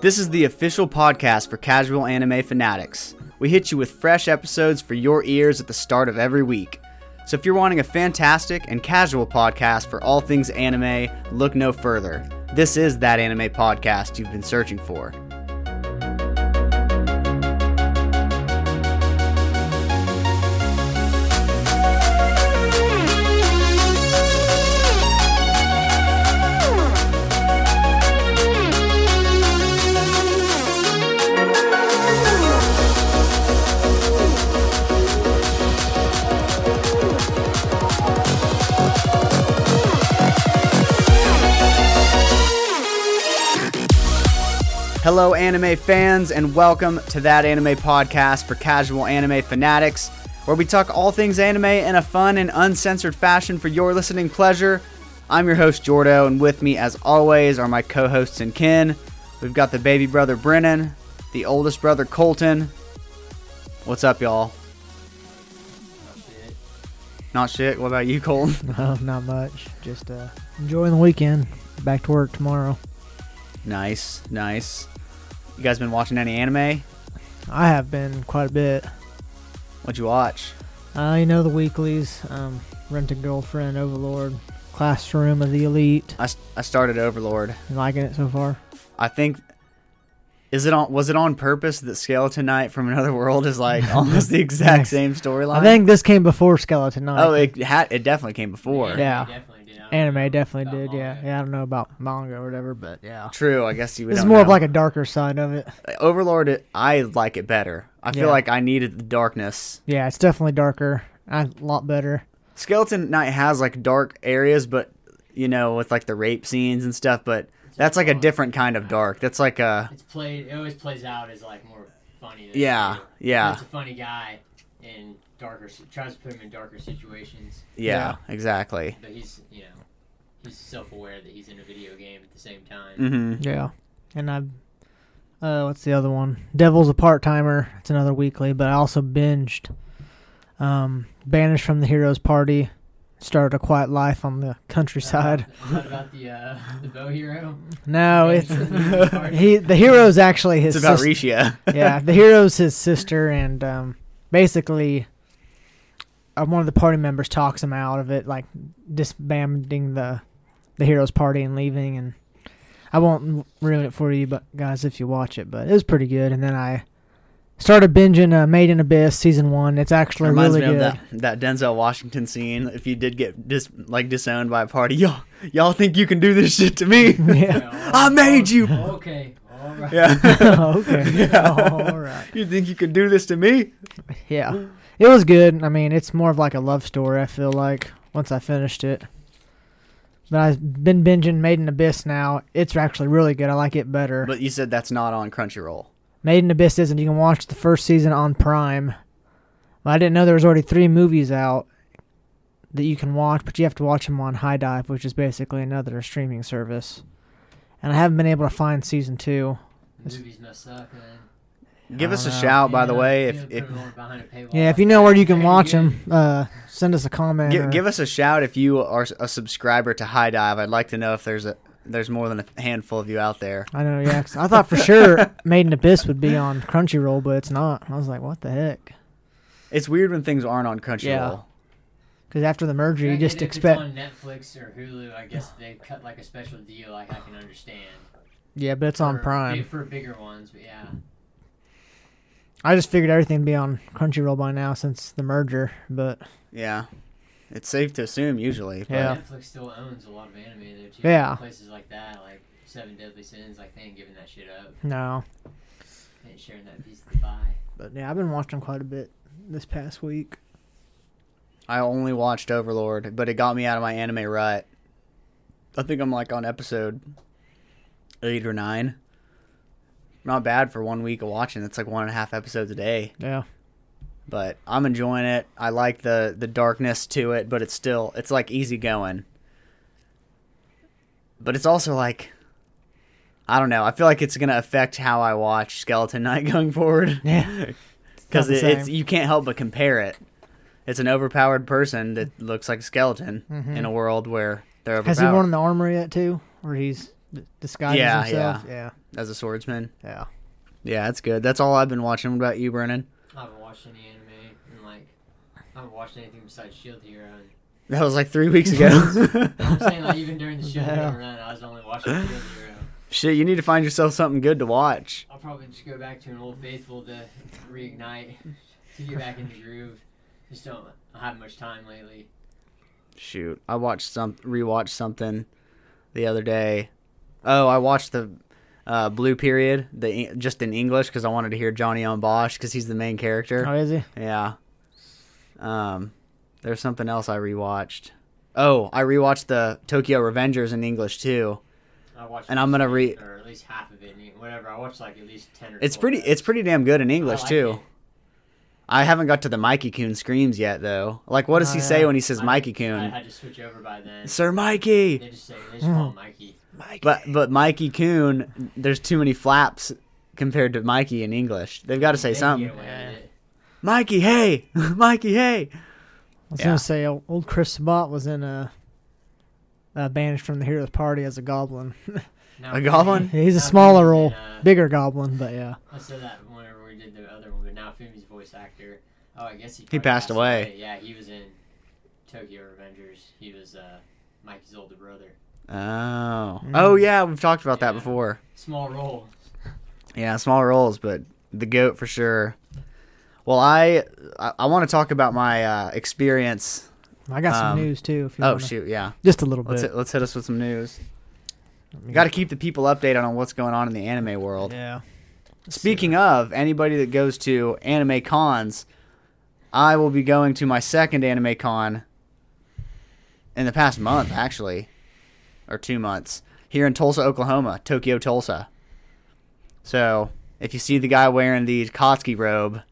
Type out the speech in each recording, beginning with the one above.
This is the official podcast for casual anime fanatics. We hit you with fresh episodes for your ears at the start of every week. So if you're wanting a fantastic and casual podcast for all things anime, look no further. This is that anime podcast you've been searching for. Hello, anime fans, and welcome to that anime podcast for casual anime fanatics, where we talk all things anime in a fun and uncensored fashion for your listening pleasure. I'm your host, Jordo, and with me, as always, are my co hosts and kin. We've got the baby brother, Brennan, the oldest brother, Colton. What's up, y'all? Not shit. What about you, Colton? Oh, not much. Just uh, enjoying the weekend. Back to work tomorrow. nice, nice. You guys been watching any anime? I have been quite a bit. What'd you watch? Uh, you know the weeklies, um, Rent a Girlfriend, Overlord, Classroom of the Elite. I, s- I started Overlord. You liking it so far? I think is it on was it on purpose that Skeleton Knight from Another World is like almost the exact Nice. same storyline? I think this came before Skeleton Knight. Oh, it had it definitely came before. Yeah. Definitely did. I don't know Anime definitely about did, yeah. manga. Yeah, I don't know about manga or whatever, but yeah. True, I guess you would. This is more of like a darker side of it. Overlord. it- I like it better. I feel Yeah. like I needed the darkness. Yeah, it's definitely darker. A lot better. Skeleton Knight has like dark areas, but you know, with like the rape scenes and stuff. But that's like a different kind of dark. That's like a It's played. It always plays out as like more funny. Than yeah, yeah, It's a funny guy in darker. si- Tries to put him in darker situations, yeah, exactly. but he's you know he's self-aware that he's in a video game at the same time. hmm Yeah. And I uh what's the other one? Devil's a part timer. It's another weekly, but I also binged um Banished from the Heroes Party. Started a quiet life on the countryside. Is that about the uh, the bow hero? No, it's Oh, Banished- he the hero's actually his It's about sister. Risha. yeah, the hero's his sister and um basically uh, one of the party members talks him out of it, like disbanding the the hero's party and leaving. And I won't ruin it for you, but guys, if you watch it, but it was pretty good. And then I started binging uh, Made in Abyss season one. It's actually Reminds really me good. of that, that Denzel Washington scene. If you did get dis like disowned by a party, y'all y'all think you can do this shit to me? yeah. I made you. Oh, Okay. All right. yeah, Oh, okay. Yeah. All right. you think you can do this to me? Yeah. It was good. I mean, it's more of like a love story. I feel like once I finished it. But I've been binging Made in Abyss now. It's actually really good. I like it better. But you said that's not on Crunchyroll. Made in Abyss isn't. You can watch the first season on Prime. Well, I didn't know there was already three movies out that you can watch, but you have to watch them on High Dive, which is basically another streaming service. And I haven't been able to find season two. The movies must suck, man. Give us a don't know. shout, Oh, by Yeah, the way. yeah, If, put if 'em on behind a paywall. Yeah, if you know where you can Hey, watch yeah. them, uh, send us a comment. give, or- give us a shout if you are a subscriber to High Dive. I'd like to know if there's a there's more than a handful of you out there. I know, yeah. 'cause I thought for sure Made in Abyss would be on Crunchyroll, but it's not. I was like, what the heck? It's weird when things aren't on Crunchyroll. Because after the merger, you Granted, just if it's expect. on Netflix or Hulu. I guess they cut like a special deal. Like I can understand. Yeah, but it's on for- Prime. for bigger ones, but yeah. I just figured everything would be on Crunchyroll by now since the merger, but Yeah, it's safe to assume usually. but- Yeah. Netflix still owns a lot of anime there too. Yeah. Places like that, like Seven Deadly Sins, like they ain't giving that shit up. no. They ain't sharing that piece of the pie. But yeah, I've been watching quite a bit this past week. I only watched Overlord, but it got me out of my anime rut. I think I'm like on episode eight or nine. Not bad for one week of watching. It's like one and a half episodes a day, Yeah. but I'm enjoying it. I like the the darkness to it, but it's still it's like easy going. But it's also like I don't know. I feel like it's gonna affect how I watch Skeleton Knight going forward. Yeah. because not it, the it's same. you can't help but compare it. It's an overpowered person that looks like a skeleton in a world where they're Mm-hmm. Has he worn overpowered. the armor yet, too? Or he's d- disguises Yeah, himself. Yeah. as a swordsman. yeah, Yeah, that's good. That's all I've been watching. What about you, Brennan? I haven't watched any anime and like I haven't watched anything besides Shield Hero. And That was like three weeks ago. I'm saying like even during the Shield Yeah. Hero run, I was only watching Shield Hero. Shit, you need to find yourself something good to watch. I'll probably just go back to an old faithful to reignite to get back in the groove. Just don't have much time lately. Shoot, I watched some rewatched something the other day. Oh, I watched the uh, Blue Period, the Eng- just in English because I wanted to hear Johnny on Bosch because he's the main character. Oh, is he? Yeah. Um, there's something else I rewatched. Oh, I rewatched the Tokyo Revengers in English too. I watched And I'm gonna re- or at least half of it, and whatever. I watched like at least ten or. It's 12 pretty. episodes. It's pretty damn good in I English like too. it. I haven't got to the Mikey Coon screams yet though. Like, what does Oh, he yeah. say when he says I- Mikey I Coon? had to switch over by then. Sir Mikey. They just say they just call him Mikey. But but Mikey Coon, there's too many flaps compared to Mikey in English. They've got to They say can something. get away with it. Mikey, hey, Mikey, hey. I was Yeah. gonna say old old Chris Sabat was in a. Uh, banished from the hero's party as a goblin. Now A for me- goblin? He's a now smaller for me, role, uh, bigger goblin, but yeah. I said that whenever we did the other one, but now Fumi's voice actor. Oh, I guess he. He probably passed away. Yeah, he was in Tokyo Revengers. He was uh, Mikey's older brother. Oh Mm. oh yeah, we've talked about that Yeah. before. Small role. Yeah, small roles, but the goat for sure. Well, I I, I want to talk about my uh, experience. I got Um, some news too. If you Oh wanna- shoot, yeah. just a little Let's bit. hit, let's hit us with some news. Let me- You got to keep the people updated on what's going on in the anime world. Yeah. Speaking of anybody that goes to anime cons, I will be going to my second anime con in the past month, actually, or two months, here in Tulsa, Oklahoma, Tokyo, Tulsa. So if you see the guy wearing the Kotsky robe,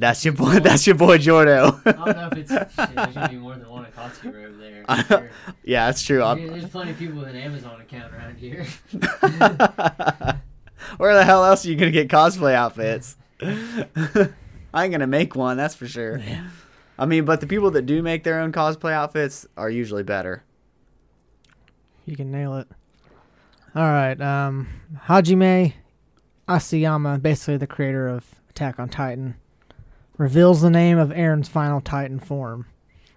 that's your boy. That's your boy I don't know if Jordo. it's. shit, there's gonna be more than one Akatsuki over there. I'm sure. yeah, that's true. There- I'm- There's plenty of people with an Amazon account around here. Where the hell else are you gonna get cosplay outfits? I ain't gonna make one, that's for sure. I mean, but the people that do make their own cosplay outfits are usually better. You can nail it. All right. Um, Hajime Asayama, basically the creator of Attack on Titan, reveals the name of Aaron's final Titan form.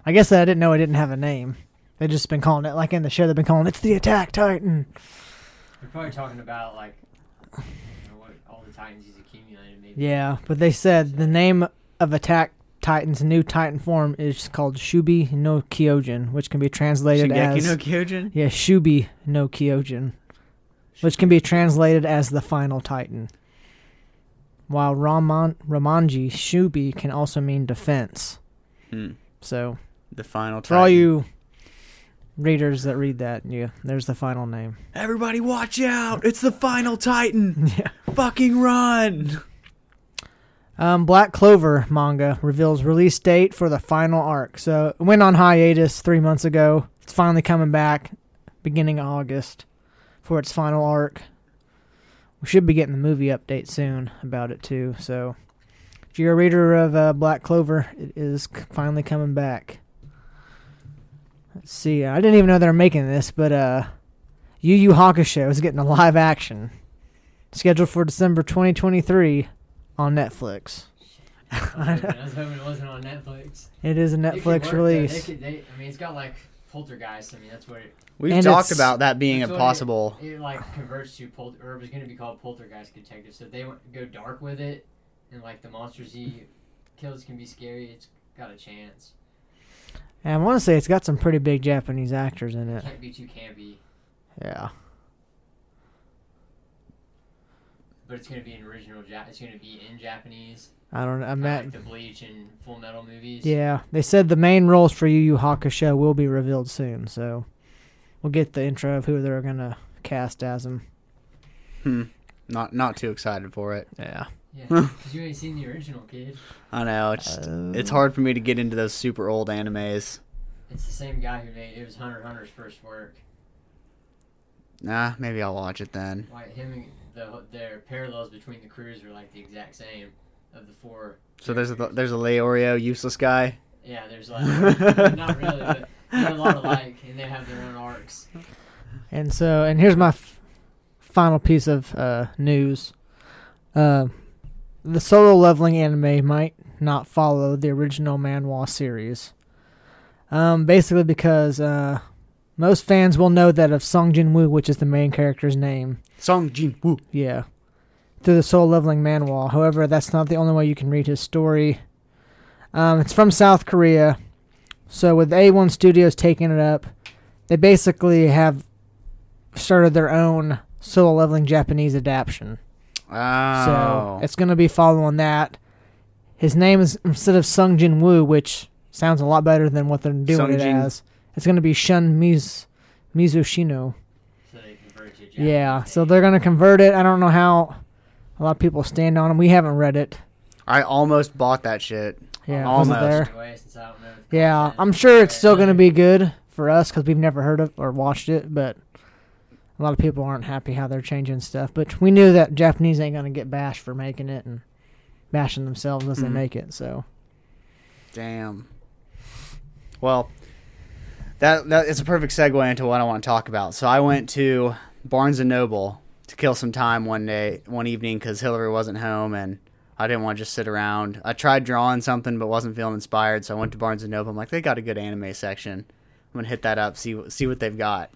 I guess I didn't know it didn't have a name. They've just been calling it, like in the show, they've been calling it's the Attack Titan. They're probably talking about like you know, what, all the titans he's accumulated. Maybe. Yeah, but they said the name of Attack Titan's new Titan form is called Shubi no Kyojin, which can be translated Shingeki as no Kyojin? yeah Shubi no Kyojin, which can be translated as the final Titan. While Raman Ramanji Shubi can also mean defense. Hmm. So The final for all Titan. you readers that read that, yeah, there's the final name. Everybody watch out! It's the final Titan! Yeah. Fucking run! Um, Black Clover manga reveals release date for the final arc. So it went on hiatus three months ago. It's finally coming back, beginning of August, for its final arc. We should be getting the movie update soon about it too. So if you're a reader of uh, Black Clover, it is c- finally coming back. Let's see. I didn't even know they were making this, but uh, Yu Yu Hakusho is getting a live action scheduled for December 2023 on Netflix. I was hoping- I was hoping it wasn't on Netflix. It is a It could Netflix work, though. release. They could, they, I mean, it's got like poltergeist. I mean, that's what it, We've And talked it's- about that being a That's what possible. it like converts to pol- or it was going to be called poltergeist detective. So if they want to go dark with it, and like the monsters he kills can be scary. It's got a chance. And I want to say it's got some pretty big Japanese actors in it. Can't be too campy, Yeah. but it's going to be an original. Ja- it's going to be in Japanese. I don't know. I'm kinda at, like the Bleach and Full Metal movies. yeah. They said the main roles for Yu Yu Hakusho will be revealed soon, so we'll get the intro of who they're going to cast as them. Not not too excited for it. Yeah. Yeah, 'cause you ain't seen the original, kid. I know, it's just, Uh, it's hard for me to get into those super old animes. It's the same guy who made it was Hunter x Hunter's first work. Nah, maybe I'll watch it then. Like him, and the their parallels between the crews were like the exact same of the four. So there's a characters. there's a Leorio useless guy. yeah, there's like not really, but they're a lot alike, and they have their own arcs. And so, and here's my f- final piece of uh, news. Uh, the solo leveling anime might not follow the original manhwa series. Um, basically, because uh, most fans will know that of Song Jin Woo, which is the main character's name. Song Jin Woo. Yeah. Through the soul leveling manhwa. However, that's not the only way you can read his story. Um, it's from South Korea. So with A1 Studios taking it up, they basically have started their own solo leveling Japanese adaptation. Oh. So it's going to be following that. His name is instead of Sung Jin Woo, which sounds a lot better than what they're doing it Sungjin. as. It's going to be Shun Miz, Mizushino. So they convert to Japanese. Yeah, so name. they're going to convert it. I don't know how a lot of people stand on them. We haven't read it. I almost bought that shit. Yeah, I'll was it Almost. there. Anyway, since I don't know the Yeah, content. I'm sure it's still going to Yeah. be good for us because we've never heard of or watched it, but a lot of people aren't happy how they're changing stuff. But we knew that Japanese ain't going to get bashed for making it and bashing themselves as they Mhm. make it, so. Damn. Well, that that is a perfect segue into what I want to talk about. So I went to Barnes and Noble to kill some time one day, one evening, because Hillary wasn't home and I didn't want to just sit around. I tried drawing something but wasn't feeling inspired, so I went to Barnes and Noble. I'm like, they got a good anime section. I'm gonna hit that up, see see what they've got.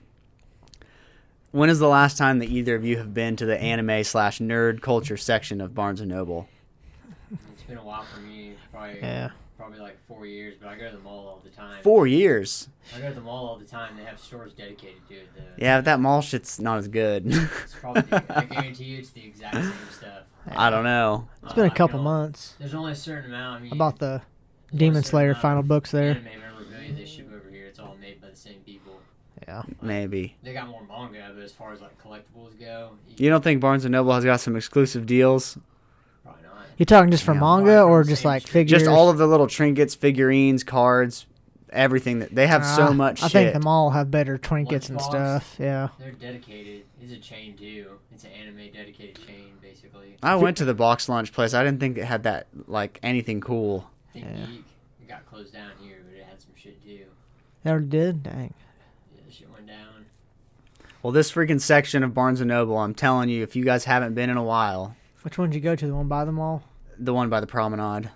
When is the last time that either of you have been to the anime slash nerd culture section of Barnes and Noble? It's been a while for me, probably Yeah. probably like four years, but I go to the mall all the time. Four years. I go to the mall all the time. They have stores dedicated to it. Though. Yeah, but that mall shit's not as good. It's probably the, I guarantee you, it's the exact same stuff. I don't know. It's been Uh, a I couple know months. There's only a certain amount. I mean, About the there's only a Demon certain Slayer amount final of books there. Anime memorabilia they ship over here. It's all made by the same people. Yeah. Maybe. They got more manga, but as far as like collectibles go, You don't think Barnes and Noble has got some exclusive deals? probably not. You talking just for Yeah. manga or Same just like shit. figures? Just all of the little trinkets, figurines, cards, everything that they have Ah, so much I shit. think them all have better trinkets and Lunchbox. stuff. Yeah. They're dedicated. It's a chain too. It's an anime dedicated chain, basically. I went to the box lunch place. I didn't think it had that like anything cool. Think Yeah. Geek it got closed down here, but it had some shit too. They already did? Dang. Yeah, the shit went down. Well, this freaking section of Barnes and Noble, I'm telling you, if you guys haven't been in a while, Which one did you go to? The one by the mall? the one by the promenade.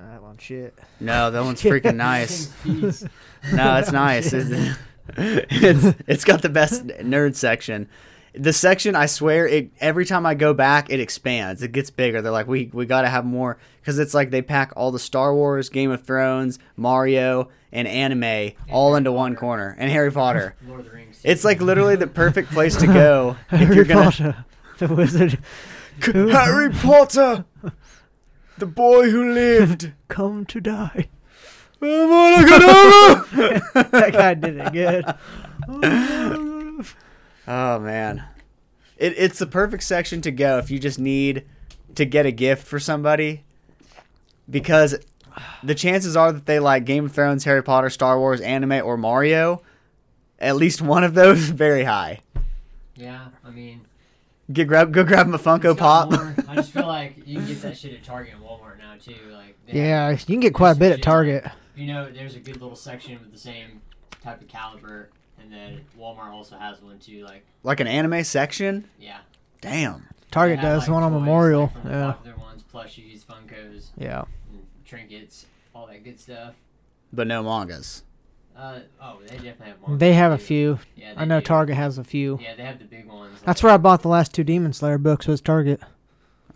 That one shit. No, that one's freaking nice. Peace. No, it's nice. It's, it's it's got the best nerd section. The section, I swear, it every time I go back, it expands. It gets bigger. They're like, we we gotta have more because it's like they pack all the Star Wars, Game of Thrones, Mario, and anime all Harry into one Potter. corner, and Harry Potter. Lord of the Rings. It's like literally the perfect place to go if Harry you're gonna Potter. The wizard. Harry Potter, the boy who lived. Come to die. I wanna get over. that guy did it good. Oh man, it, it's the perfect section to go if you just need to get a gift for somebody, because the chances are that they like Game of Thrones, Harry Potter, Star Wars, anime, or Mario. At least one of those very high. Yeah, I mean. Get grab go grab them a Funko it's got Pop. more- I just feel like you can get that shit at Target and Walmart now too. Like they have- Yeah, you can get quite a bit at Target. you know, there's a good little section with the same type of caliber, and then Walmart also has one too. Like like an anime section. yeah, Damn. Target They have, does like, one on toys, Memorial. like, from the Yeah. popular ones, plushies, Funkos, Yeah. and trinkets, all that good stuff. But no mangas. Uh, oh, they definitely have. Marvel They have a too. few. Yeah, I they know do. Target has a few. Yeah, they have the big ones. That's like, where I bought the last two Demon Slayer books was Target.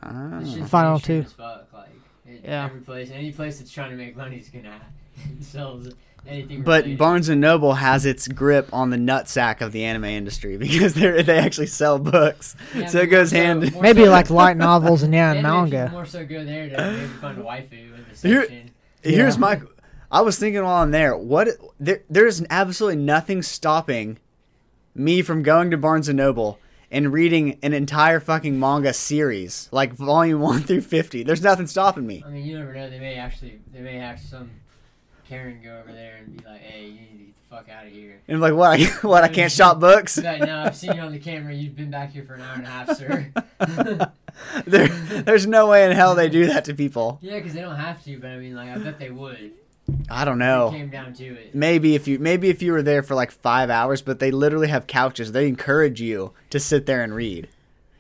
Ah. it's just Final mainstream two. as fuck, like, it- Yeah. Every place, any place that's trying to make money is gonna sells anything. But related. Barnes and Noble has its grip on the nutsack of the anime industry because they they actually sell books, Yeah, so it more goes hand. more Maybe so- like light novels and yeah, and Anime people manga. More so go there to maybe find a waifu in the Here- section. Here's Yeah. my. I was thinking while I'm there. What there? There is absolutely nothing stopping me from going to Barnes and Noble and reading an entire fucking manga series, like volume one through fifty. There's nothing stopping me. I mean, you never know. They may actually, they may have some Karen go over there and be like, "Hey, you need to get the fuck out of here." And I'm like, what? I, what? I can't shop books. She's like, "No, I've seen you on the camera. You've been back here for an hour and a half, sir." There, there's no way in hell they do that to people. yeah, because they don't have to, but I mean, like, I bet they would. I don't If it know. came down to it. Maybe if you maybe if you were there for like five hours, but they literally have couches. They encourage you to sit there and read.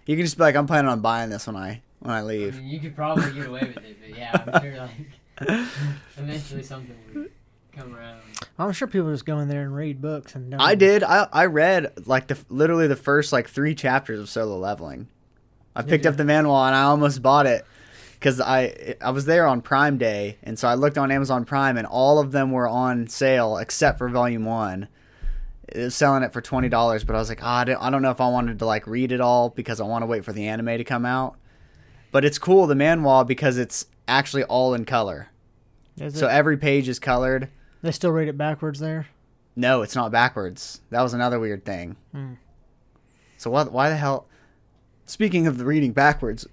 You can just be like, I'm planning on buying this when I when I I leave. mean, you could probably get away with it, but yeah, I'm sure like eventually something would come around. I'm sure people just go in there and read books and. Don't I did. I I read like the literally the first like three chapters of Solo Leveling. I Did picked you? up the manual and I almost bought it because I I was there on Prime Day and so I looked on Amazon Prime and all of them were on sale except for Volume One. It was selling it for twenty dollars, but I was like, "Ah, I, don't, I don't know if I wanted to like read it all because I want to wait for the anime to come out. But it's cool the manual because it's actually all in color, Is so it- every page is colored. they still read it backwards there. No, it's not backwards. That was another weird thing. Hmm. So what? Why the hell? Speaking of the reading backwards,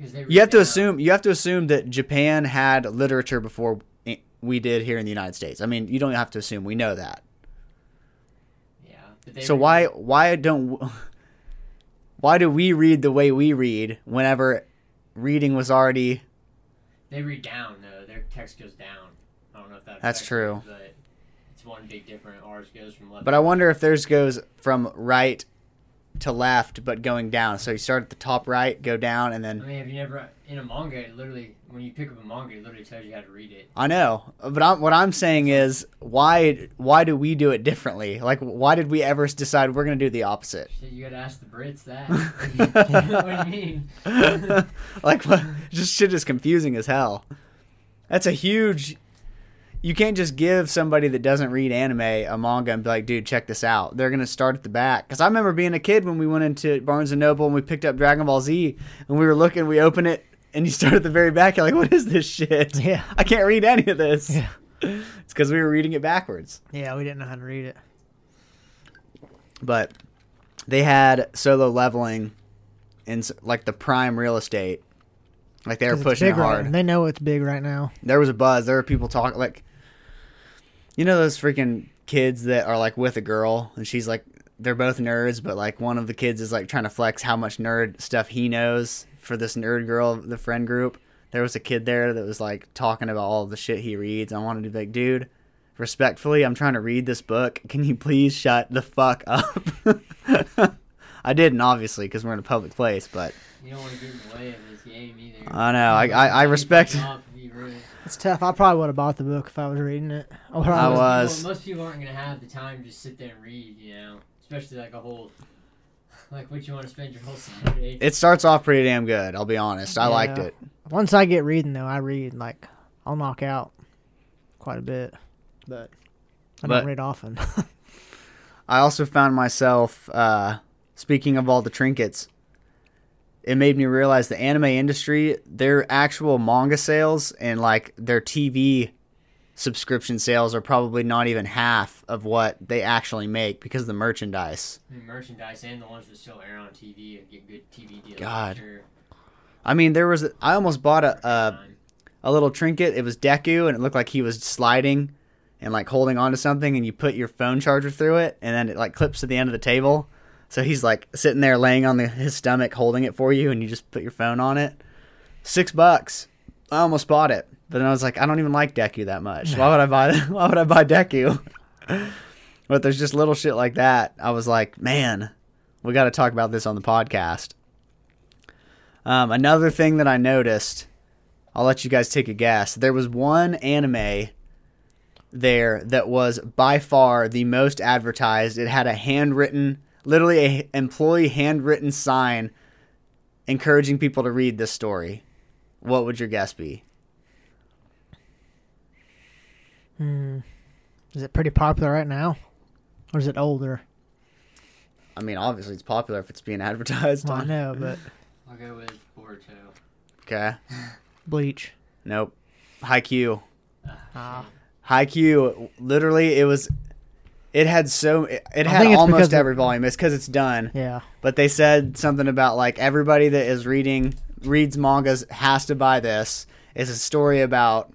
'cause they you have read to it out. assume you have to assume that Japan had literature before i- we did here in the United States. I mean, you don't have to assume. We know that. Yeah. But they so read why it. why don't why do we read the way we read whenever reading was already? They read down though. Their text goes down. I don't know if that. That's affects true. It, but it's one big difference. Ours goes from left. But I wonder if theirs goes from right to left, but going down. So you start at the top right, go down, and then I mean, have you never in a manga? It literally, when you pick up a manga, it literally tells you how to read it. I know, but I'm, what I'm saying is, why why do we do it differently? Like, why did we ever decide we're gonna do the opposite? Shit, you gotta ask the Brits that. what do you mean? like, what, just shit is confusing as hell. That's a huge. You can't just give somebody that doesn't read anime a manga and be like, dude, check this out. They're gonna start at the back. Cause I remember being a kid when we went into Barnes and Noble and we picked up Dragon Ball Z and we were looking, we open it and you start at the very back. You're like, what is this shit? Yeah. I can't read any of this. Yeah. It's because we were reading it backwards. Yeah, we didn't know how to read it. but they had solo leveling in s- like the prime real estate like they were 'Cause it's pushing it big right- hard they know it's big right now. there was a buzz there were people talking like you know those freaking kids that are like with a girl and she's like they're both nerds but like one of the kids is like trying to flex how much nerd stuff he knows for this nerd girl the friend group there was a kid there that was like talking about all the shit he reads i wanted to be like dude respectfully i'm trying to read this book can you please shut the fuck up i didn't obviously because we're in a public place but You don't want to get in the way of this game either. i know i i, I respect Off if you really- It's tough. I probably would have bought the book if I was reading it. Or I was- was- Most people, most people aren't gonna have the time to just sit there and read, you know, especially like a whole, like what you want to spend your whole Saturday. it starts off pretty damn good i'll be honest i liked Yeah. it Once I get reading though, I read like I'll knock out quite a bit, but I But- don't read often. I also found myself, uh, speaking of all the trinkets, it made me realize the anime industry, their actual manga sales and like their TV subscription sales are probably not even half of what they actually make because of the merchandise. I mean, merchandise and the ones that still air on TV and get good TV deals. God. Uh, Sure. I mean, there was, I almost bought a, a, Time. a little trinket. It was Deku, and it looked like he was sliding and like holding onto something, and you put your phone charger through it, and then it like clips to the end of the table. So he's like sitting there, laying on the, his stomach, holding it for you, and you just put your phone on it. Six bucks. I almost bought it, but then I was like, I don't even like Deku that much. Why would I buy? Why would I buy Deku? but there's just little shit like that. I was like, man, we got to talk about this on the podcast. Um, another thing that I noticed I'll let you guys take a guess. There was one anime there that was by far the most advertised. It had a handwritten, literally a employee handwritten sign encouraging people to read this story. What would your guess be? Hmm. Is it pretty popular right now, or is it older? I mean, obviously it's popular if it's being advertised Well, I on. know, but I'll go with Boruto. Okay. Bleach. Nope. Haikyuu. Ah. Haikyuu, literally it was it had so it, it I had think it's almost because of- every volume. It's cuz it's done. Yeah. but they said something about like everybody that is reading reads mangas has to buy this it's a story about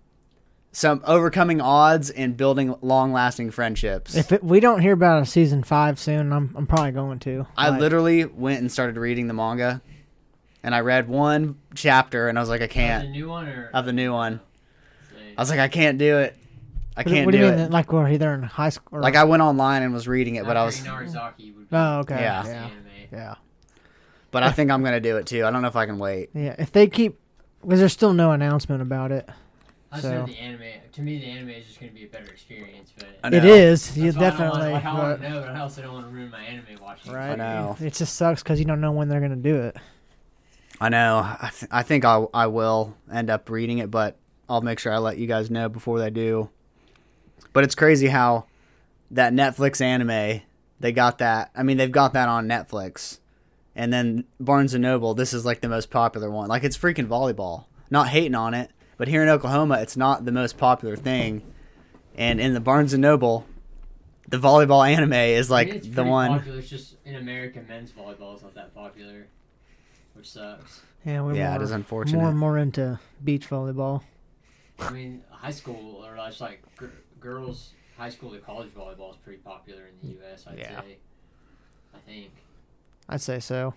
some overcoming odds and building long-lasting friendships If it, we don't hear about a season five soon, I'm I'm probably going to. i Like, literally went and started reading the manga and i read one chapter and i was like i The can't new one or of the new one say- i was like i can't do it i What, do- can't what do do you it mean? that, Like we're either in high school. Or, like i went online and was reading it but i After was Inarizaki would be Oh, okay. Yeah. the Yeah. anime. Yeah. but I think I'm gonna do it too. I don't know if I can wait. Yeah, if they keep, because there's still no announcement about it. I just know So- the anime. To me, the anime is just going to be a better experience. But I It know. is, you That's why I don't definitely. Wanna, like, I but- want to know, but I also don't want to ruin my anime watching. right. I know. It just sucks because you don't know when they're gonna do it. I know. I, th- I think I I will end up reading it, but I'll make sure I let you guys know before they do. But it's crazy how that Netflix anime they got that. I mean, they've got that on Netflix, and then Barnes and Noble. This is like the most popular one. Like it's freaking volleyball. Not hating on it, but here in Oklahoma, it's not the most popular thing. And in the Barnes and Noble, the volleyball anime is I like mean, it's the pretty one. Popular. It's just in America, men's volleyball is not that popular, which sucks. Yeah, we're Yeah, more, it is unfortunate. more and more into beach volleyball. I mean, high school or just like gir girls' high school to college volleyball is pretty popular in the U.S. I'd Yeah. say. I think I'd say so.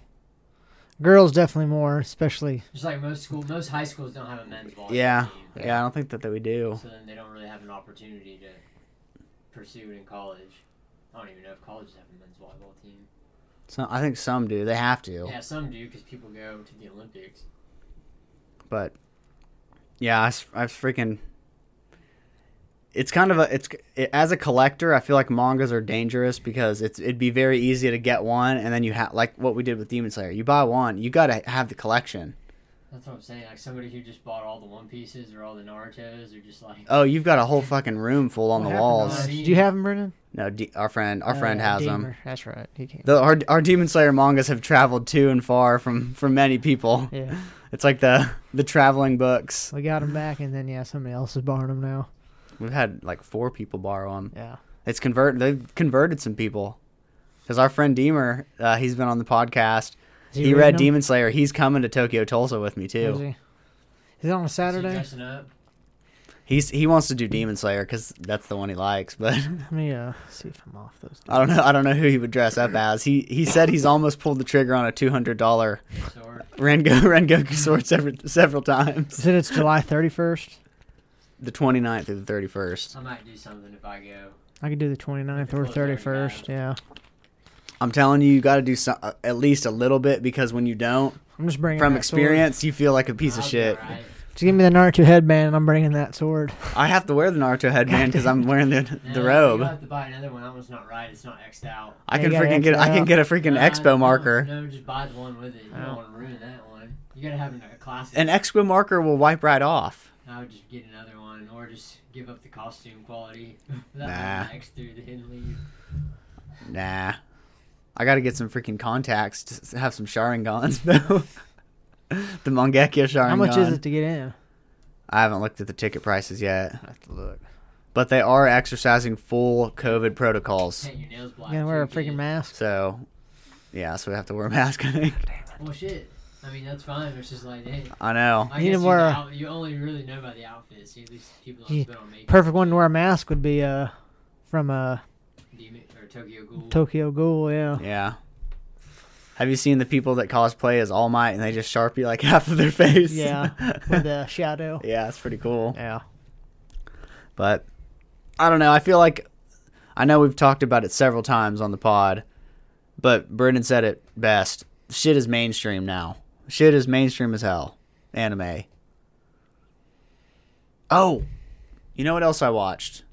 Girls definitely more, especially just like most school, most high schools don't have a men's volleyball Yeah. team, Yeah, I don't think that, that we do. so then they don't really have an opportunity to pursue it in college. I don't even know if colleges have a men's volleyball team. So I think some do. They have to. Yeah, some do because people go to the Olympics. but yeah, I, s- I s- freaking. It's kind of a it's it, as a collector, I feel like mangas are dangerous because it's it'd be very easy to get one and then you have like what we did with Demon Slayer. You buy one, you gotta have the collection. That's what I'm saying. Like somebody who just bought all the One Pieces or all the Naruto's or just like Oh, you've got a whole fucking room full on What the happened to walls. that? us? Did you have them, Brennan? No, D, our friend our friend Uh, has them. Deemer. That's right. He can't. The, our our Demon Slayer mangas have traveled to and far from from many people. Yeah, It's like the the traveling books. we got them back, and then yeah, somebody else is borrowing them now. We've had like four people borrow them. Yeah, It's convert. They've converted some people. Because our friend Deemer, uh, he's been on the podcast. Is He, read reading 'em? Demon Slayer. He's coming to Tokyo Tulsa with me Is too. he? Is it on a is he Saturday? dressing up. He's he wants to do Demon Slayer because that's the one he likes. But Let me uh, see if I'm off those. I don't know. I don't know who he would dress up as. He he said he's almost pulled the trigger on a two hundred dollar Sword. Rengo Rengoku sword several, several times. Is it? It's July 31st. The 29th through the thirty first. I might do something if I go. I could do the 29th or Close every 31st. day. Yeah, I'm telling you, you got to do some, uh, at least a little bit because when you don't, I'm just bringing from that sword. experience, you feel like a piece of I'll be shit. alright. Just give me the Naruto headband, and I'm bringing that sword. I have to wear the Naruto headband because I'm wearing the Nah, the You'll robe. have to buy another one. That one's not right. It's not xed out. I Yeah, can you gotta freaking get X it I can out. get a freaking Nah, expo no, marker. No, just buy the one with it. You Oh. don't want to ruin that one. You gotta have a classic. An expo marker will wipe right off. I would just get another one, or just give up the costume quality. that Nah. X through the hidden leaf. Nah. I got to get some freaking contacts to s- have some Sharingans though. the Mangekyo Sharingan. How much is it to get in? I haven't looked at the ticket prices yet, I have to look. but they are exercising full COVID protocols. Paint your nails black. You gotta wear a too, kid. freaking mask. So, yeah, so we have to wear a mask. I think. Well, shit. I mean, that's fine. It's just like, hey, I know. I You need guess to you, wear a- out, you only really know by the outfit. See, at least people Yeah. don't spit on makeup. Perfect one to wear a mask would be uh from uh Demon or Tokyo Ghoul. Tokyo Ghoul. Yeah. Yeah. Have you seen the people that cosplay as All Might and they just sharpie like half of their face? Yeah, with the shadow. yeah, it's pretty cool. Yeah. But I don't know. I feel like I know we've talked about it several times on the pod, but Brendan said it best. Shit is mainstream now. Shit is mainstream as hell. Anime. Oh, you know what else I watched?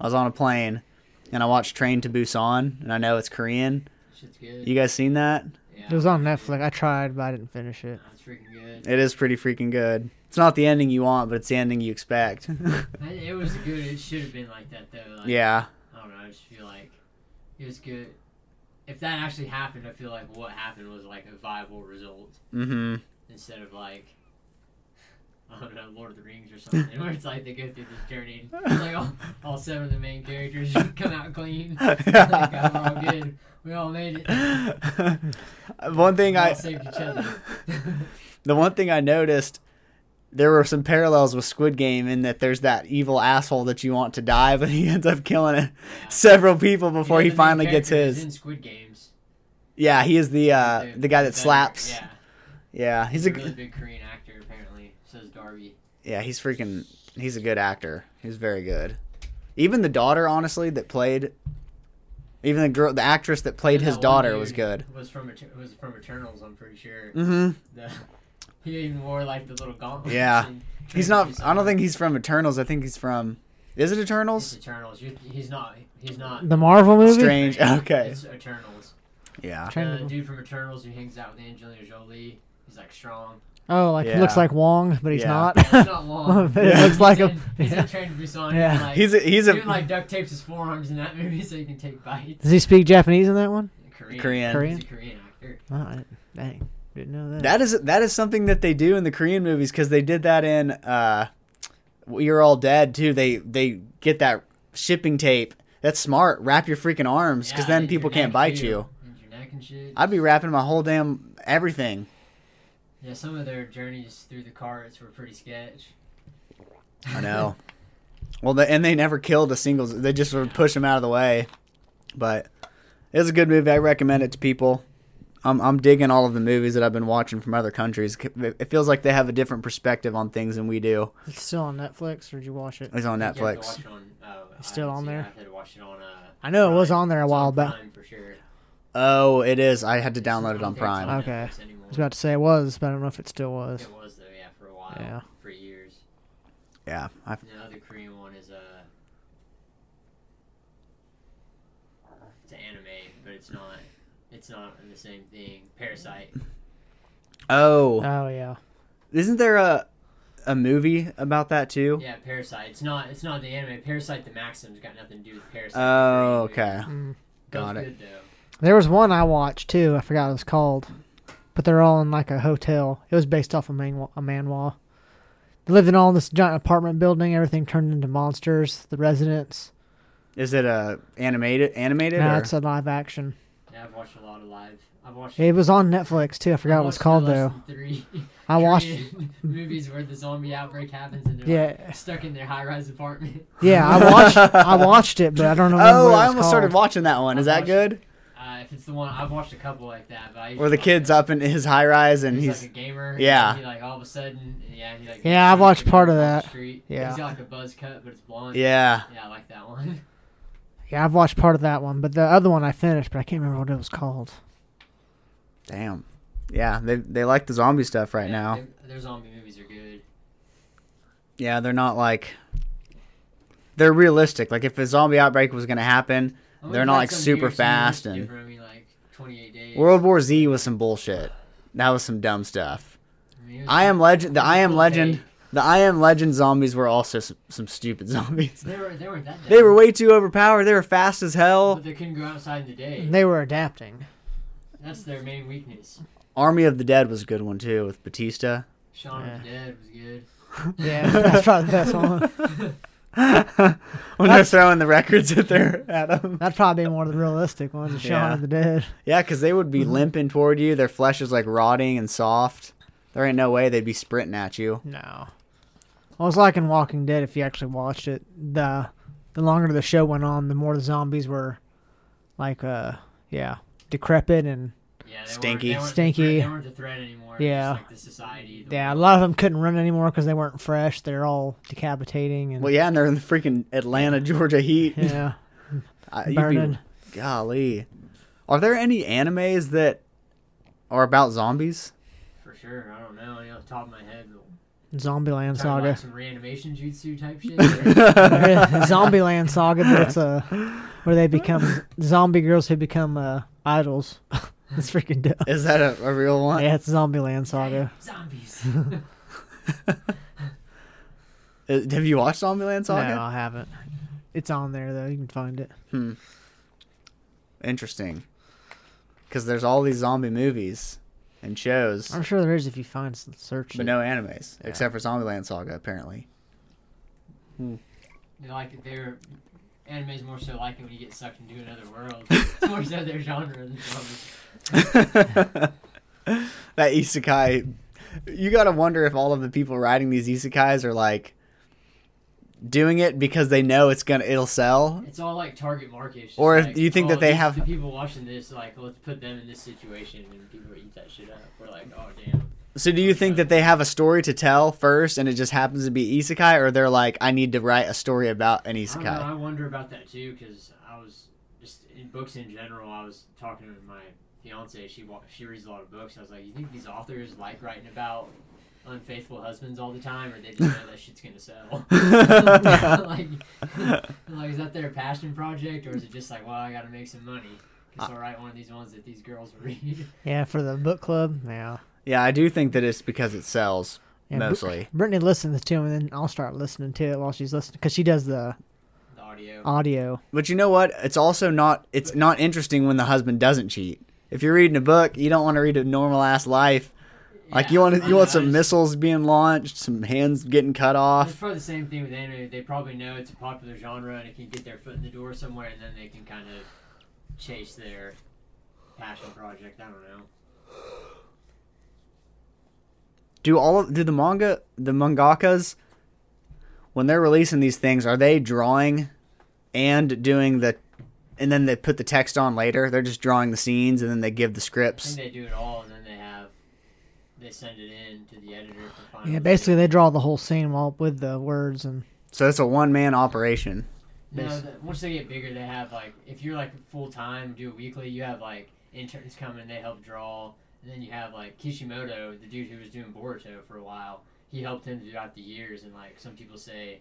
I was on a plane and I watched Train to Busan, and I know it's Korean. Shit's good. You guys seen that? yeah, It was on Netflix. I tried, but I didn't finish it. That's freaking good. It is pretty freaking good. It's not the ending you want, but it's the ending you expect. I- It was good. It should have been like that though. Like, yeah. I don't know. I just feel like it was good. If that actually happened, I feel like what happened was like a viable result hmm instead of like. I don't know, Lord of the Rings or something, where it's like they go through this journey and it's like all, all seven of the main characters come out clean. like, oh, we're all good. We all made it. one thing We all I saved each other. the one thing I noticed there were some parallels with Squid Game in that there's that evil asshole that you want to die, but he ends up killing several people before Yeah, the he main finally gets character is his. In Squid Games, Yeah, he is the uh, Dude, the guy that he's better. slaps. Yeah, Yeah, he's he's a a g- really big Korean actor apparently. Says Darby. yeah he's freaking he's a good actor. He's very good. Even the daughter, honestly, that played Even the girl, the actress that played And his that one daughter dude was good. Was from Eter- was from Eternals, I'm pretty sure. Mm-hmm. The, he even wore like the little gauntlet. Yeah. He's not. I don't think he's from Eternals. I think he's from. Is it It's Eternals? Eternals. You, he's not. He's not. The Marvel movie. Strange. Okay. It's Eternals. Yeah. The Eternals. dude from Eternals who hangs out with Angelina Jolie. He's like strong. Oh, like Yeah. he looks like Wong, but he's Yeah. not. He's not long. But Yeah. It looks like he's him. In, he's Yeah. in Train to Busan. Yeah. and, Like, He's a, he's even, a like duct tapes his forearms in that movie so he can take bites. Does he speak Japanese in that one? Korean. Korean. Korean? He's a Korean actor. Oh, I, dang, didn't know that. That is that is something that they do in the Korean movies because they did that in uh, "We Are All Dead" too. They they get that shipping tape. That's smart. Wrap your freaking arms because Yeah, then and your people can't neck, bite too. you. And your neck and shit. I'd be wrapping my whole damn everything. Yeah, some of their journeys through the carts were pretty sketch. I know. well, they, and they never killed a single. They just would push them out of the way. But it was a good movie. I recommend it to people. I'm I'm digging all of the movies that I've been watching from other countries. It it feels like they have a different perspective on things than we do. It's still on Netflix, or did you watch it? It's on I think you have to Netflix. watch it on, uh, It's still I- on yeah, there? I had to watch it on. Uh, I know it was Prime. on there a It's while on back. Prime for sure. Oh, it is. I had to It's- I download it don't on think it's Prime. on- Okay. Netflix anymore. I was about to say it was, but I don't know if it still was. It was though, yeah, for a while, Yeah. for years. Yeah, I, And the other Korean one is uh, it's an anime, but it's not. It's not the same thing. Parasite. Oh, Oh yeah, isn't there a a movie about that too? Yeah, Parasite. It's not. It's not the anime. Parasite. The Maxim's got nothing to do with Parasite. Oh, okay. Mm. Got it. Good, though. there was one I watched too. I forgot what it was called, but they're all in like a hotel. It was based off a man a manhwa. They lived in all this giant apartment building. Everything turned into monsters. The residents. Is it a animated animated? Now or- it's a live action. Yeah, I've watched a lot of live. I've watched. It was on Netflix too. I forgot I what it was watched no called less though. than Three I watched. Korean movies where the zombie outbreak happens and they're like, Yeah, stuck in their high-rise apartment. yeah. I watched. I watched it, but I don't know. oh, what it I was almost called. started watching that one. Is I that good? Uh, if it's the one I've watched a couple like that, but I Where the kid's up in his high rise and he's, he's like a gamer. yeah. and he like all of a sudden, yeah, he like Yeah, I've watched part of on the that. Street. Yeah. he's got like a buzz cut, but it's blonde. yeah. yeah, I like that one. Yeah, I've watched part of that one, but the other one I finished, but I can't remember what it was called. Damn. Yeah, they they like the zombie stuff right Yeah, now. they- their zombie movies are good. Yeah, they're not like they're realistic. Like if a zombie outbreak was gonna happen, I wonder They're if not, that's like, some super weird zombie fast that's and- different. I mean, like 28 days. World War Z was some bullshit. That was some dumb stuff. I, mean, it was- I am legend. The I am Cool legend. take. The I am legend zombies were also some, some stupid zombies. They were. They weren't that. They were dumb, way too overpowered. They were fast as But hell. they couldn't go outside in the day. They were adapting. That's their main weakness. Army of the Dead was a good one too with Batista. Shaun of the Yeah. Dead was good. Yeah, that's probably the best one. when they're That's- throwing the records at their at 'em. That'd probably be one of the realistic ones, the Shaun Yeah. of the Dead. Yeah, because they would be Mm-hmm. limping toward you. Their flesh is like rotting and soft. There ain't no way they'd be sprinting at you. No. Well, it's like in Walking Dead, if you actually watched it, the the longer the show went on, the more the zombies were, like, uh, yeah, decrepit and Yeah, they Stinky. Weren't, they weren't Stinky. The threat, they weren't the threat anymore. It was Yeah. just, like the society. The yeah, a lot of them couldn't run anymore because they weren't fresh. They're all decapitating and Well, yeah, and they're in the freaking Atlanta, Georgia heat. yeah, I- you'd be- burning. golly, are there any animes that are about zombies? For sure. I don't know. You know, off the top of my head. but- Zombieland Talking about, Saga. Like some reanimation jutsu type shit. Zombieland Saga, but it's uh, where they become zombie girls who become uh, idols. it's freaking dope. Is that a, a real one? Yeah, it's Zombieland Saga. Zombies. Uh, Have you watched Zombieland Saga? No, I haven't. It's on there though. You can find it. Interesting, because there's all these zombie movies and shows, I'm sure there is if you find s- search. but it. no animes Yeah. except for Zombieland Saga, apparently. They like it- they're anime's more so like it when you get sucked into another world. It's more so their genre than zombies. that isekai, you gotta wonder if all of the people writing these isekais are like doing it because they know it's gonna it'll sell. It's all like target market. It's just Or if like, you think oh, that they these- have- the people watching this, like let's put them in this situation, and people eat that shit up. We're like, oh damn. So do you think that they have a story to tell first, and it just happens to be isekai, or they're like, I need to write a story about an I, don't know, isekai? I wonder about that too because I was just in books in general, I was talking to my fiance. She wa- she reads a lot of books. I was like, you think these authors like writing about unfaithful husbands all the time, or they just know that shit's gonna sell? like, like, is that their passion project, or is it just like, well, I gotta make some money, so I'll write one of these ones that these girls read. Yeah, for the book club. Yeah. Yeah, I do think that it's because it sells Yeah, Br- mostly. Brittany listens to him, and then I'll start listening to it while she's listening because she does the the audio. audio. But you know what? It's also not it's not interesting when the husband doesn't cheat. If you're reading a book, you don't want to read a normal ass life. Like you Yeah, want I you want some know, it's- missiles being launched, some hands getting cut It's off. probably the same thing with anime. They probably know it's a popular genre and it can get their foot in the door somewhere, and then they can kind of chase their passion project. I don't know. Do all of, do the manga the mangakas when they're releasing these things, are they drawing and doing the and then they put the text on later? They're just drawing the scenes and then they give the I think scripts. they do it all, and then they have they send it in to the editor for final. Yeah, review. basically they draw the whole scene while with the words and So it's a one man operation. No, bas- the, once they get bigger, they have like if you're like full time, do it weekly. You have like interns come and they help draw, and then you have like Kishimoto, the dude who was doing Boruto for a while. He helped him throughout the years, and like some people say,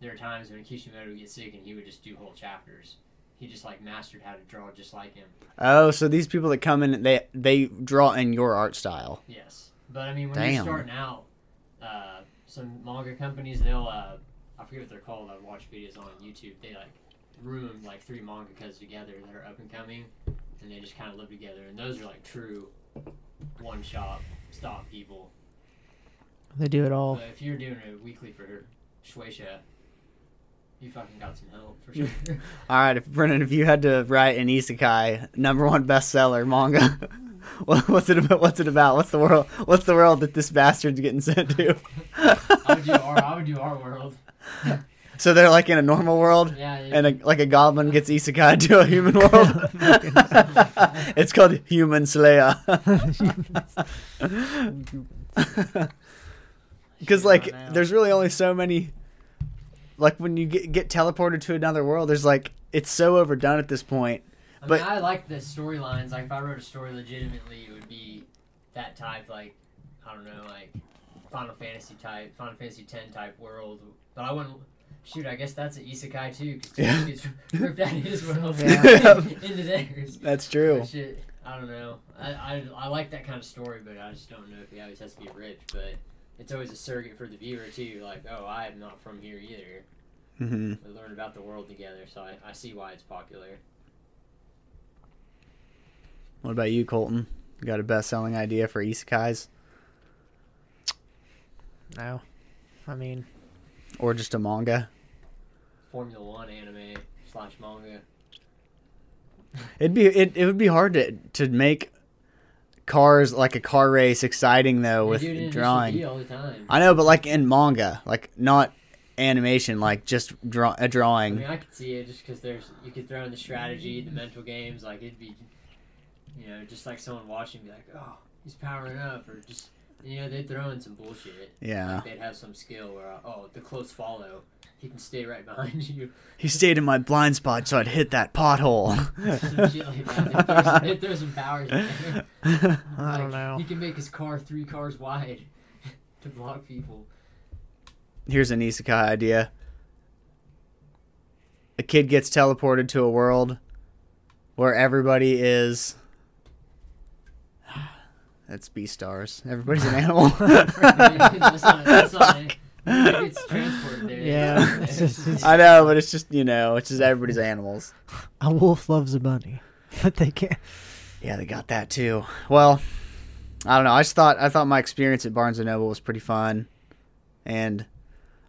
there are times when Kishimoto would get sick and he would just do whole chapters. He just like mastered how to draw just like him. Oh, so these people that come in they they draw in your art style. Yes, but I mean when Damn. you're starting out, uh, some manga companies they'll uh, I forget what they're called. I watch videos on YouTube. They like room like three mangakas together that are up and coming, and they just kind of live together. And those are like true one shop stop people. they do it all. But if you're doing it weekly for Shueisha, you fucking got some help for sure. All right, if, Brennan, if you had to write an isekai number one bestseller manga, what- what's it about? What's it about? What's the world? What's the world that this bastard's getting sent to? I would do our I would do our world. so they're like in a normal world, Yeah, yeah. and a, like a goblin gets isekai to a human world. it's called Human Slayer. Because Shit, like, I know. there's really only so many. Like when you get get teleported to another world, there's like it's so overdone at this point. I But- mean, I like the storylines. Like, if I wrote a story legitimately, it would be that type, like, I don't know, like Final Fantasy type, Final Fantasy X type world. But I wouldn't. Shoot, I guess that's an isekai too, because Yeah. gets ripped out of his world Yeah. into theirs. That's true. But Shit, I don't know. I, I, I like that kind of story, but I just don't know if it always has to be rich. But it's always a surrogate for the viewer too. Like, oh, I am not from here either. hmm We learn about the world together, so I, I see why it's popular. What about you, Colton? You got a best selling idea for isekais No, I mean or just a manga? Formula One anime slash manga. It'd be it, it would be hard to to make cars like a car race exciting though They do it in with Mr. D drawing. all the time. I, I know, but like in manga, like not animation, like just draw a mean, drawing. I could see it just because there's you could throw in the strategy, Mm-hmm. the mental games. Like it'd be, you know, just like someone watching, be like, oh, he's powering up, or just you know, they throw in some bullshit. Yeah, Like they'd have some skill where oh, the close follow, he can stay right behind you. he stayed in my blind spot, so I'd hit that pothole. some shit like that. They throw some, they throw some powers. In there. I don't Like, know. He can make his car three cars wide to block people. Here's an isekai idea. A kid gets teleported to a world where everybody is. That's B stars. Everybody's an animal. That's not- that's not- Fuck. Maybe it's transported there. Yeah, it's just- it's- I know, but it's just you know, it's just everybody's animals. a wolf loves a bunny, but they can't. Yeah, they got that too. Well, I don't know. I just thought I thought my experience at Barnes and Noble was pretty fun, and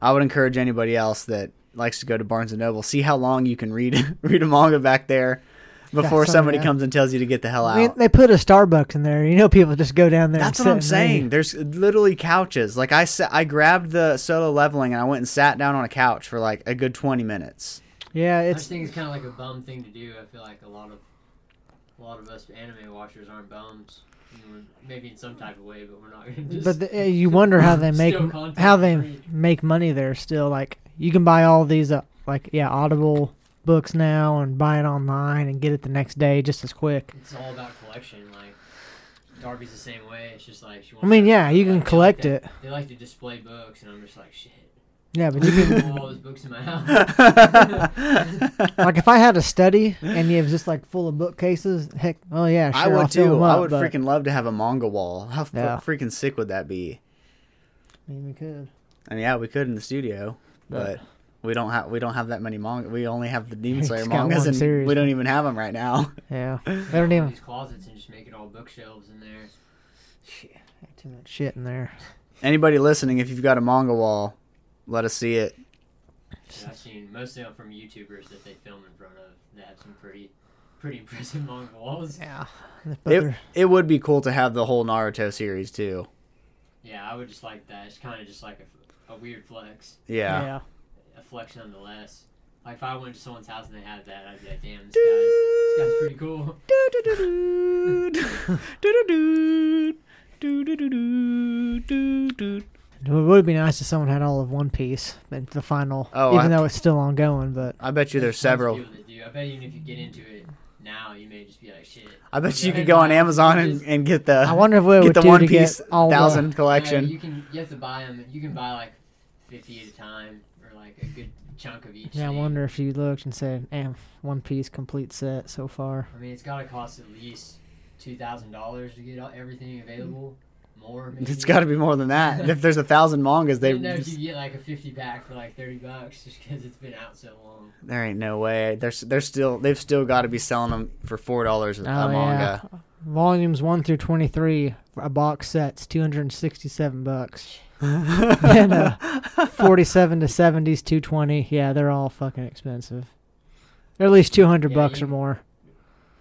I would encourage anybody else that likes to go to Barnes and Noble see how long you can read read a manga back there before That's something, somebody yeah. comes and tells you to get the hell I mean, out. they put a Starbucks in there. You know, people just go down there. That's and what I'm sit and read. saying. There's literally couches. Like I sa- I grabbed the solo leveling and I went and sat down on a couch for like a good 20 minutes. Yeah, I just it's think it's kind of like a bum thing to do. I feel like a lot of a lot of us anime watchers aren't bums. I mean, we're- Maybe in some type of way, but we're not going to just. but the, uh, you wonder how they make Still content how they free. make money there. Still, like you can buy all these uh, like yeah, Audible books now and buy it online and get it the next day just as quick. It's all about collection. Like Darby's the same way. It's just like she. I mean, yeah, you they can like collect to- it. They like to display books, and I'm just like, shit. Yeah, but I you can. have all those books in my house. like if I had a study and it was just like full of bookcases, heck, oh yeah, sure, I would I'll fill too. them I up, would but- freaking love to have a manga wall. How fu- Yeah. freaking sick would that be? I mean, we could. I mean, yeah, we could in the studio, but But- we don't have we don't have that many manga. We only have the Demon He's Slayer got mangas, one and series. we don't even have them right now. Yeah, All they don't even These closets and just make it all bookshelves in there. shit, too much shit in there. Anybody listening, if you've got a manga wall, let us see it. And I've seen mostly from YouTubers that they film in front of. They have some pretty, pretty impressive manga walls. Yeah, but It, they're- it would be cool to have the whole Naruto series too. Yeah, I would just like that. It's kind of just like a, a weird flex, Yeah. yeah. a flex nonetheless. Like if I went to someone's house and they had that, I'd be like, damn, this guy's, this guy's pretty cool. It would be nice if someone had all of One Piece, but the final, Oh, even I- though it's still ongoing. But I bet you there's Tons of several. people that do. I bet even if you get into it now, you may just be like, shit. I bet you Yeah. could go on Amazon and, and get the I wonder if we get would the do One to Piece get all thousand Yeah, collection. you can you have to buy them. You can buy like fifty at a time, or like a good chunk of each. The, yeah, I thing. wonder if you looked and said, "Am One Piece complete set so far." I mean, it's gotta cost at least two thousand dollars to get all, everything Mm-hmm. available. More. Maybe. It's got to be more than that. if there's a thousand mangas, they They know if you get like a fifty pack for like thirty bucks just because it's been out so long. there ain't no way. They're s- they're still they've still got to be selling them for four dollars a Oh, manga. yeah. Volumes 1 through 23, a box set's 267 bucks. and uh, 47 to 70s 220. Yeah, they're all fucking expensive. They're at least 200 Yeah, bucks you- or more.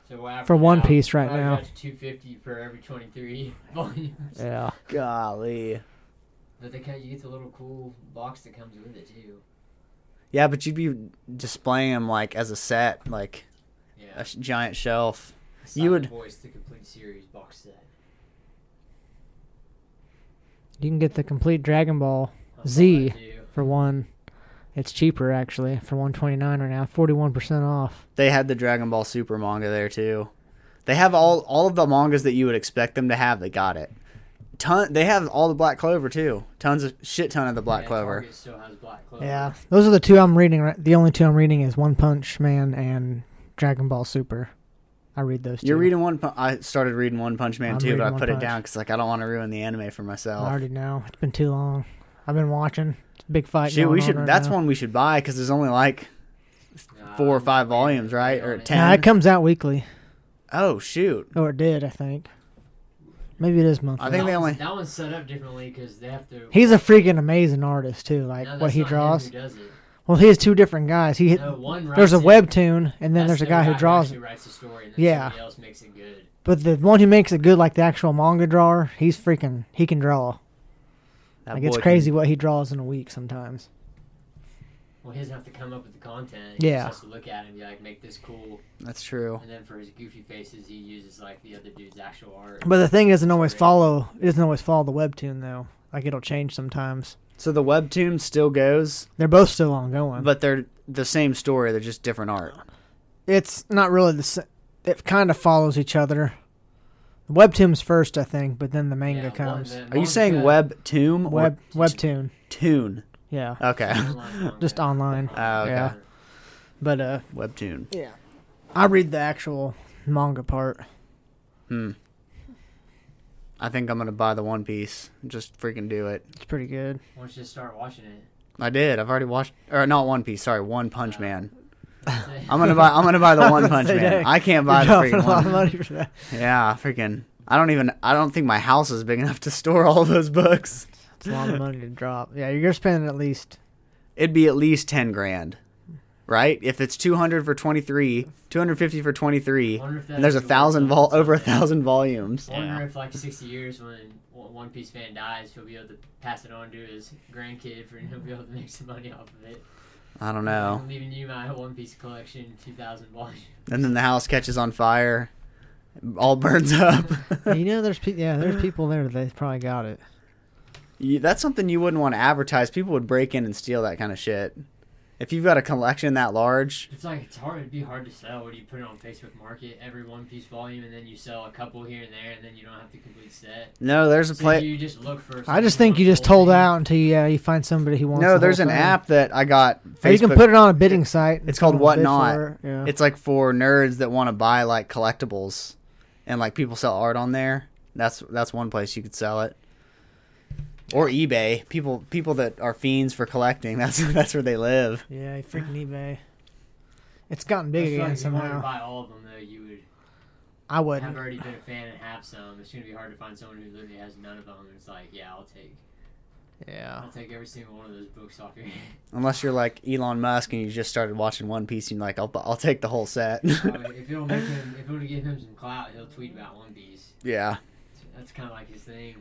So we're averaging For One out- Piece right we're averaging now. out to two fifty for every twenty three volumes. Yeah. Golly, But they kind you get the little cool box that comes with it too. yeah, but you'd be displaying them like as a set, like Yeah. a sh- giant shelf. Silent would- voice the complete series box set. You can get the complete Dragon Ball That's all Z. I do. for one. It's cheaper actually for 129 right now, 41% off. They had the Dragon Ball Super manga there too. They have all all of the mangas that you would expect them to have. They got it. Ton. They have all the Black Clover too. Tons of shit ton of the Black Yeah, Clover. Target still has Black Clover. Yeah. Those are the two I'm reading right. The only two I'm reading is One Punch Man and Dragon Ball Super. I read those two. You're reading one. Pun- I started reading One Punch Man I'm too, but reading I One put it Punch. down because like I don't want to ruin the anime for myself. I already know. It's been too long. I've been watching. It's a big fight. Shoot, going we on should. right that's now. one we should buy because there's only like Nah, four or I'm five waiting- volumes, right? waiting Or on it. ten. Nah, it comes out weekly. oh shoot, Oh, it did, I think. Maybe it is monthly. I think that they one's- only- that one's set up differently because they have to. He's a freaking amazing artist too. Like No, what that's he not him draws. Who does it. Well, he has two different guys. He No, one writes there's a it. webtoon, and then That's there's a the guy who draws actually it. writes the story, and then Yeah. somebody else makes it good. But the one who makes it good, like the actual manga drawer, he's freaking. He can draw. that Like boy it's can- crazy what he draws in a week sometimes. Well, he doesn't have to come up with the content. He Yeah. just has to look at it and be like, make this cool. That's true. And then for his goofy faces, he uses like the other dude's actual art. But the thing doesn't always Great. follow. It doesn't always follow the webtoon though. Like it'll change sometimes. So the webtoon still goes, They're both still ongoing. but they're the same story. They're just different art. it's not really the same. It kind of follows each other. The webtoon's first, I think, but then the manga Yeah, one comes. that Are you saying manga- webtoon Web or webtoon, tune? yeah, Okay, online manga. just online. Oh, okay. Yeah. But uh, webtoon. yeah, I read the actual manga part. Hmm. I think I'm gonna buy the One Piece. Just freaking do it. It's pretty good. Why don't you just start watching it? I did. I've already watched, or not One Piece. Sorry, One Punch Uh, Man. Say- I'm gonna buy. I'm gonna buy the I One was Punch gonna say, Man. dang, I can't buy the You're dropping freaking a lot one. of money for that. Yeah, freaking. I don't even. I don't think my house is big enough to store all those books. It's a lot of money to drop. Yeah, you're spending at least It'd be at least ten grand, right? If it's two hundred for twenty three, two hundred fifty for twenty three, Wonder if that and there's a actually thousand works out vol, over a someday. thousand volumes. Wonder if like sixty years when O- One Piece fan dies, he'll be able to pass it on to his grandkid, for, and he'll be able to make some money off of it. I don't know. I'm leaving you my One Piece collection, two thousand volume. And then the house catches on fire, all burns up. you know, there's pe- yeah, there's people there that probably got it. You- That's something you wouldn't want to advertise. People would break in and steal that kind of shit. if you've got a collection that large, It's like it's hard. It'd be hard to sell. Would you put it on Facebook Market every One Piece volume, and then you sell a couple here and there, and then you don't have the complete set. no, there's a So play. you just look for. I just something think you just whole hold thing. out until you, uh, you find somebody who wants. the No, whole there's an thing. app that I got. Or you can Facebook- put it on a bidding site. and it's called someone will bid Whatnot. for it. Yeah. It's like for nerds that want to buy like collectibles, and like people sell art on there. That's that's one place you could sell it. Or eBay. People people that are fiends for collecting. That's that's where they live. yeah, you freaking eBay. It's gotten I big feel again like if you wanted to somehow. buy all of them though, you would I have wouldn't. already been a fan and have some. It's gonna be hard to find someone who literally has none of them. And it's like, yeah, I'll take, Yeah. I'll take every single one of those books off your. hand. Unless you're like Elon Musk and you just started watching One Piece and you're like, I'll bu- I'll take the whole set. Uh, if it'll make him, if it'll give him some clout, he'll tweet about One Piece. yeah. That's kind of like his thing.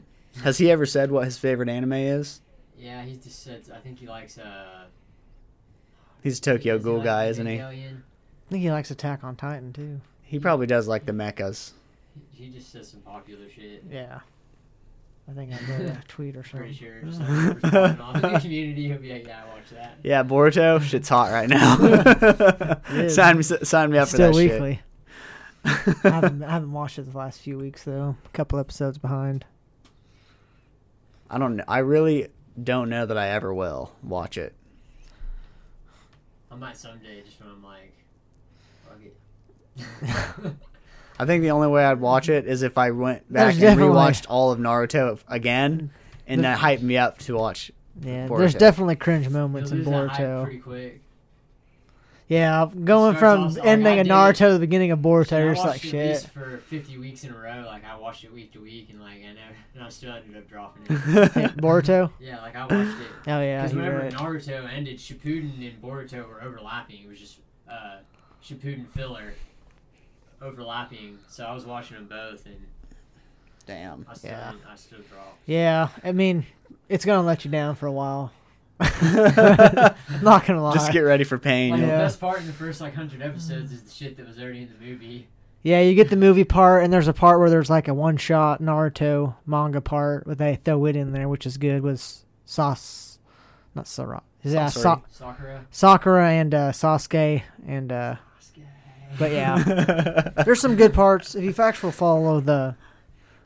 Has he ever said what his favorite anime is? Yeah, he's just said. I think he likes. uh He's a Tokyo does he Ghoul like guy, isn't he? Evangelion? I think he likes Attack on Titan too. He probably does like the mechas. He just says some popular shit. Yeah. I think I read a tweet or something. Pretty sure. So responding off in the community, he'll be like, "Yeah, I watch that." Yeah, Boruto, shit's hot right now. is. sign me, sign me up for Still that shit. weekly. I, haven't, I haven't watched it the last few weeks though. A couple episodes behind. I don't. kn- I really don't know that I ever will watch it. I might someday, just when I'm like, "Fuck it." I think the only way I'd watch it is if I went back There's and definitely- rewatched all of Naruto again, and that hyped me up to watch. Yeah, Boruto. there's definitely cringe You'll moments in lose that hype Boruto. pretty quick. Yeah, going Starts from off, oh, like, ending I of did Naruto to the beginning of Boruto, I you're just watched like it at shit. least for 50 weeks in a row. Like I watched it week to week, and like I never, and I still ended up dropping it. Boruto. yeah, like I watched it Oh yeah, Because you're whenever right. Naruto ended, Shippuden and Boruto were overlapping. It was just uh, Shippuden filler overlapping. So I was watching them both, and Damn. I still, Yeah. I still draw. Yeah, I mean, it's gonna let you down for a while. Just Not gonna lie. get ready for Like pain. Yeah. the best part in the first like hundred episodes is the shit that was already in the movie. yeah, you get the movie part, and there's a part where there's like a one-shot Naruto manga part where they throw it in there, which is good. Was Sas, not Sora. Yeah, Sasori. Sa- Sakura. Sakura and uh, Sasuke, and uh, but yeah, there's some good parts. If you actually follow the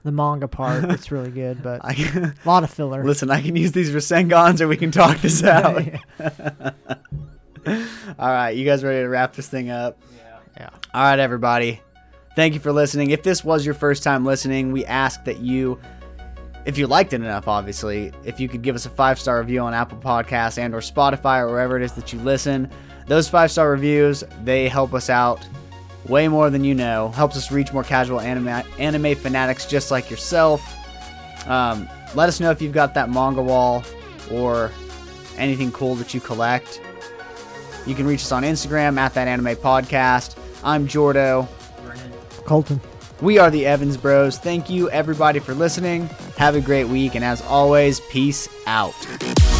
the manga part, it's really good, but a I, lot of filler. listen, I can use these Risengans, or we can talk this out. Yeah. all right, you guys ready to wrap this thing up? Yeah. All right, everybody. Thank you for listening. If this was your first time listening, we ask that you, if you liked it enough, obviously, if you could give us a five star review on Apple Podcasts and or Spotify or wherever it is that you listen. Those five star reviews they help us out way more than you know. Helps us reach more casual anime anime fanatics just like yourself. Um, let us know if you've got that manga wall or anything cool that you collect. You can reach us on Instagram at that anime podcast. I'm Jordo. Vernon. Colton. We are the Evans Bros. Thank you everybody for listening. Have a great week and as always, peace out.